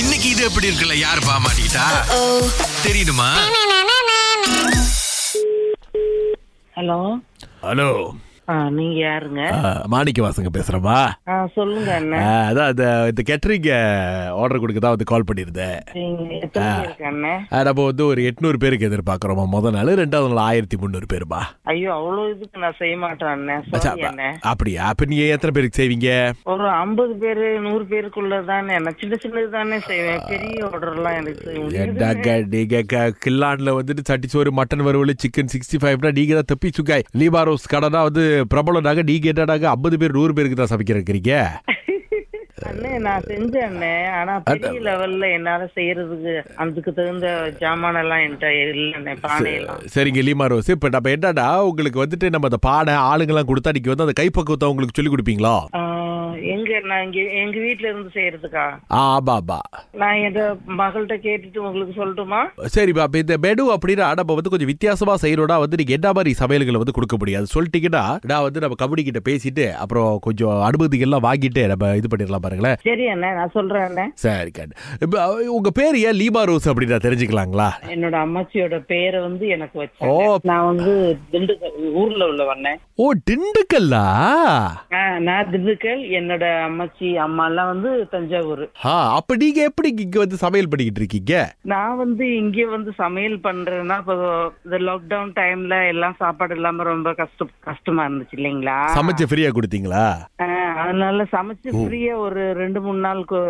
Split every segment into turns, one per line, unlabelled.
இன்னைக்கு இது எப்படி இருக்குல்ல யார் பாமாட்டா தெரியுமா
ஹலோ
ஹலோ
ஆ நீங்க யாருங்க
மாணிக்க வாசங்க பேசுறமா
ஆ சொல்லுங்க
ஆ,
அண்ணன்
அதான் இந்த இந்த கேட்டரிங் ஆர்டர் கொடுக்க தான் வந்து கால் பண்ணியிருந்தேன்
நீங்க எத்தனை பேர் இருக்கு அண்ணன்
ஆ, நம்ம வந்து ஒரு எட்நூறு பேருக்கு எதிர்பார்க்குறோமா முத நாள் ரெண்டாவது நாள் ஆயிரத்தி முந்நூறு பேருமா
ஐயோ அவ்வளவு இதுக்கு நான் செய்ய மாட்டேன் அண்ணன்
மச்சான்,
சாரி அண்ணன்
அப்படியா அப்ப நீங்க எத்தனை பேருக்கு செய்வீங்க
ஒரு ஐம்பது பேரு நூறு பேருக்குள்ளதானே நான் சின்ன சின்னது தானே செய்வேன் பெரிய ஆர்டர் எல்லாம் எனக்கு செய்ய முடியாது.
எண்டாங்க நீங்க க- கில்லான்ல வந்துட்டு சட்டிச்சோறு மட்டன் வறுவல் சிக்கன் சிக்ஸ்டி ஃபைவ்னா நீங்க தான் தப்பி சுக்காய் லீபாரோஸ் கடனா வந்து பிரபலம்னாங்க நீங்க என்னடாங்க ஐம்பது பேர் நூறு பேருக்கு தான் சமைக்கிறீங்க
அண்ணே நான் செஞ்சேன் அண்ணே ஆனா பெரிய லெவல்ல என்னால செய்யறதுக்கு அதுக்கு தகுந்த ஜாமான் எல்லாம் என்கிட்ட இல்லண்ணே பானை எல்லாம்
சரிங்க லீமா ரோஸ் இப்ப நம்ம என்னடா உங்களுக்கு வந்துட்டு நம்ம அந்த பாட ஆளுங்கெல்லாம் கொடுத்தா நீங்க வந்து அந்த கைப்பக்குவத்தை உங்களுக்கு சொல்லி கொடுப்பீங்களா
ஆ, எங்க நான் இங்க எங்க வீட்ல இருந்து செய்யறதுக்கா
ஆ, ஆமா ஆமா
நான் எங்க மகள்கிட்ட கேட்டுட்டு உங்களுக்கு சொல்லட்டுமா
சரிப்பா இப்ப இந்த மெனு அப்படின்னா நம்ம வந்து கொஞ்சம் வித்தியாசமா செய்யணும்னா வந்து நீங்க என்ன மாதிரி சமையல்களை வந்து கொடுக்க முடியாது சொல்லிட்டீங்கன்னா நான் வந்து நம்ம கபடி கிட்ட பேசிட்டு அப்புறம் கொஞ்சம் அனுமதிகள்லாம் வாங்கிட்டு நம்ம இது பண்ணிடலாம் பாருங்களேன்
சரி அண்ணே நான் சொல்றேன் அண்ணே
சரி கட் இப்ப அஹ், உங்க பேர் ஏன் லீமா ரோஸ் அப்படின்னு நான் தெரிஞ்சுக்கலாங்களா
என்னோட அம்மாச்சியோட பேரை வந்து எனக்கு
ஓ.
வச்சேன் நான் வந்து திண்டுக்கல் ஊர்ல உள்ள வந்தேன்
ஓ திண்டுக்கல்லா
ஆ, நான் திண்டுக்கல் என்னோட அம்மாச்சி அம்மா எல்லாம் வந்து தஞ்சாவூர்
ஆ அப்ப நீங்க எப்படி இங்க வந்து சமையல் பண்ணிக்கிட்டு இருக்கீங்க
நான் வந்து இங்க வந்து சமையல் பண்றேன்னா இப்போ இந்த லாக்டவுன் டைம்ல எல்லாம் சாப்பாடு இல்லாம ரொம்ப கஷ்டம் கஷ்டமா இருந்துச்சு இல்லைங்களா
சமைச்சு ஃப்ரீயா கொடுத்தீங்களா
ஆ, அதனால சமைச்சு ஃப்ரீயா ஒரு ரெண்டு மூணு நாள் கு-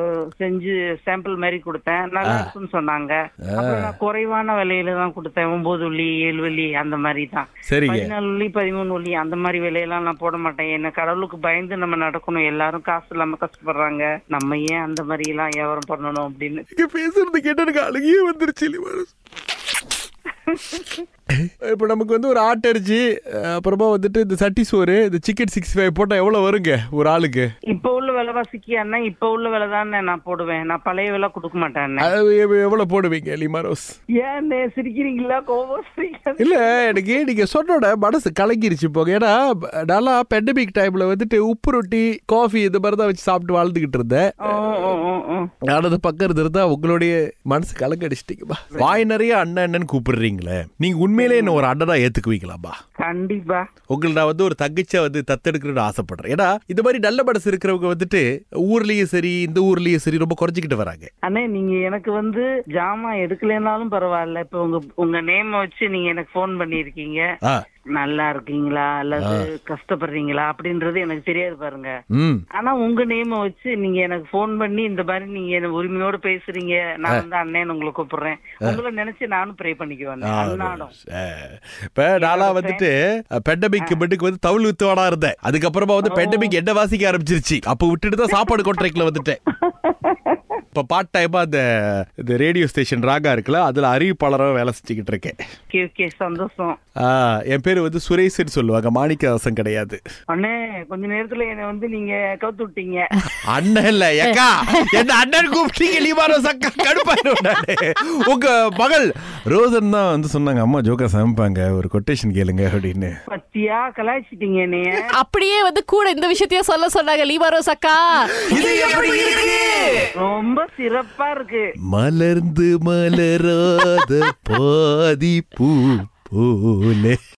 செஞ்சு சாம்பிள் மாதிரி கொடுத்தேன் நல்லா இருக்குன்னு சொன்னாங்க அப்புறம் நான் குறைவான விலையில தான் கொடுத்தேன் ஒன்பது வள்ளி ஏழு வள்ளி அந்த மாதிரி தான்
சரிங்க
பதினாலு வழி பதிமூணு வழி அந்த மாதிரி விலையெல்லாம் நான் போட மாட்டேன் என்ன கடவுளுக்கு பயந்து நம்ம நடக்கணும் எல்லாரும் காசு இல்லாம கஷ்டப்படுறாங்க நம்ம ஏன் அந்த மாதிரி எல்லாம் வியாபாரம் பண்ணணும் அப்படின்னு
இங்க பேசுறது கேட்டு எனக்கு அழுகியே வந்துருச்சு இப்போ நமக்கு வந்து ஒரு ஆட்டரிச்சி அப்புறமா வந்துட்டு இந்த சட்டி சோறு இந்த சிக்கன் சிக்ஸ்டி ஃபைவ் போட்டால் எவ்வளோ வருங்க ஒரு ஆளுக்கு
இப்ப உள்ள விலைவாசிக்கு அண்ணா இப்ப உள்ள விலை தானே நான் போடுவேன் நான் பழைய விலை கொடுக்க மாட்டேன் அண்ணா.
அது எவ்வ- எவ்வளோ போடுவீங்க லிமாரோஸ்
ஏன் அண்ணே சிரிக்கிறீங்களா கோபம் சிரிக்காது
இல்லை எனக்கு நீங்கள் சொன்னோட மனசு கலங்கிருச்சு போங்க ஏன்னா நல்லா பெண்டமிக் டைமில் வந்துட்டு உப்பு ரொட்டி காஃபி இந்த மாதிரி தான் வச்சு சாப்பிட்டு வாழ்ந்துக்கிட்டு இருந்தேன்
ஓ, ஓ, ஓ, ஓ.
நான் அதை பக்கம் இருந்தா உங்களுடைய மனசு கலங்கடிச்சிட்டீங்கப்பா வாய் நிறைய அண்ணன் அண்ணன் கூப்பிடுறீங்களே நீங்கள் உண்மையிலே என்ன ஒரு அண்ணனாக ஏற்றுக்குவீங்களாப்பா
கண்டிப்பா
உங்களை நான் வந்து ஒரு தங்கச்சியா வந்து தத்தெடுக்கணும்னு ஆசைப்படுறேன் ஏன்னா இந்த மாதிரி நல்ல மனசு இருக்கிறவங்க வந்துட்டு ஊர்லயும் சரி இந்த ஊர்லயும் சரி ரொம்ப குறைஞ்சிக்கிட்டு வராங்க
அண்ணே நீங்க எனக்கு வந்து ஜாமான் எடுக்கலைனாலும் பரவாயில்ல இப்ப உங்க உங்க நேம வச்சு நீங்க எனக்கு ஃபோன் பண்ணிருக்கீங்க
ஆ
நல்லா இருக்கீங்களா அல்லது கஷ்டப்படுறீங்களா அப்படின்றது எனக்கு தெரியாது பாருங்க
ம்
ஆனா உங்க நேம வச்சு நீங்க எனக்கு ஃபோன் பண்ணி இந்த மாதிரி நீங்க எனக்கு உரிமையோட பேசுறீங்க நான் வந்து அண்ணேன்னு உங்களை கூப்பிடுறேன் உங்களை நினைச்சு நானும் ப்ரே பண்ணிக்குவேன் அண்ணாடும்
இப்போ நான்லாம் வந்துட்டு பெண்டமிக் மட்டுக்கு வந்து தவுள் வித்துவானா இருந்தேன் அதுக்கப்புறமா வந்து பெண்டமிக் என்ன வாசிக்க ஆரம்பிச்சிருச்சு அப்போ விட்டுட்டு தான் சாப்பாடு கான்ட்ராக்ட்ல வந்துட்டேன் இப்போ பார்ட் டைமா அந்த இந்த ரேடியோ ஸ்டேஷன் ராகா இருக்குல்ல அதுல அறிவிப்பாளராக வேலை செஞ்சுக்கிட்டு இருக்கேன்
ஓகே ஓகே சந்தோஷம்
ஆ, என் பேர் வந்து சுரேஷ்னு சொல்லுவாங்க மாணிக்கவாசன் கிடையாது
அண்ணே கொஞ்ச நேரத்துல என்ன வந்து நீங்க கவுத்து விட்டீங்க
அண்ணன் இல்ல ஏக்கா என்ன அண்ணன் கூப்பிட்டீங்க லீபாரோ சக்கா கடுப்பாயிரும் நானு. உங்க மகள் ரோசன் தான் வந்து சொன்னாங்க அம்மா ஜோக்கா சமைப்பாங்க ஒரு கொட்டேஷன் கேளுங்க அப்படின்னு
பத்தியா கலாய்ச்சிட்டீங்க என்னைய
அப்படியே வந்து கூட இந்த விஷயத்தையும் சொல்ல சொன்னாங்க லீவாரோஸ் அக்கா
ரொம்ப சிறப்பா இருக்கு
மலர்ந்து மலராத பாதி பூ போலே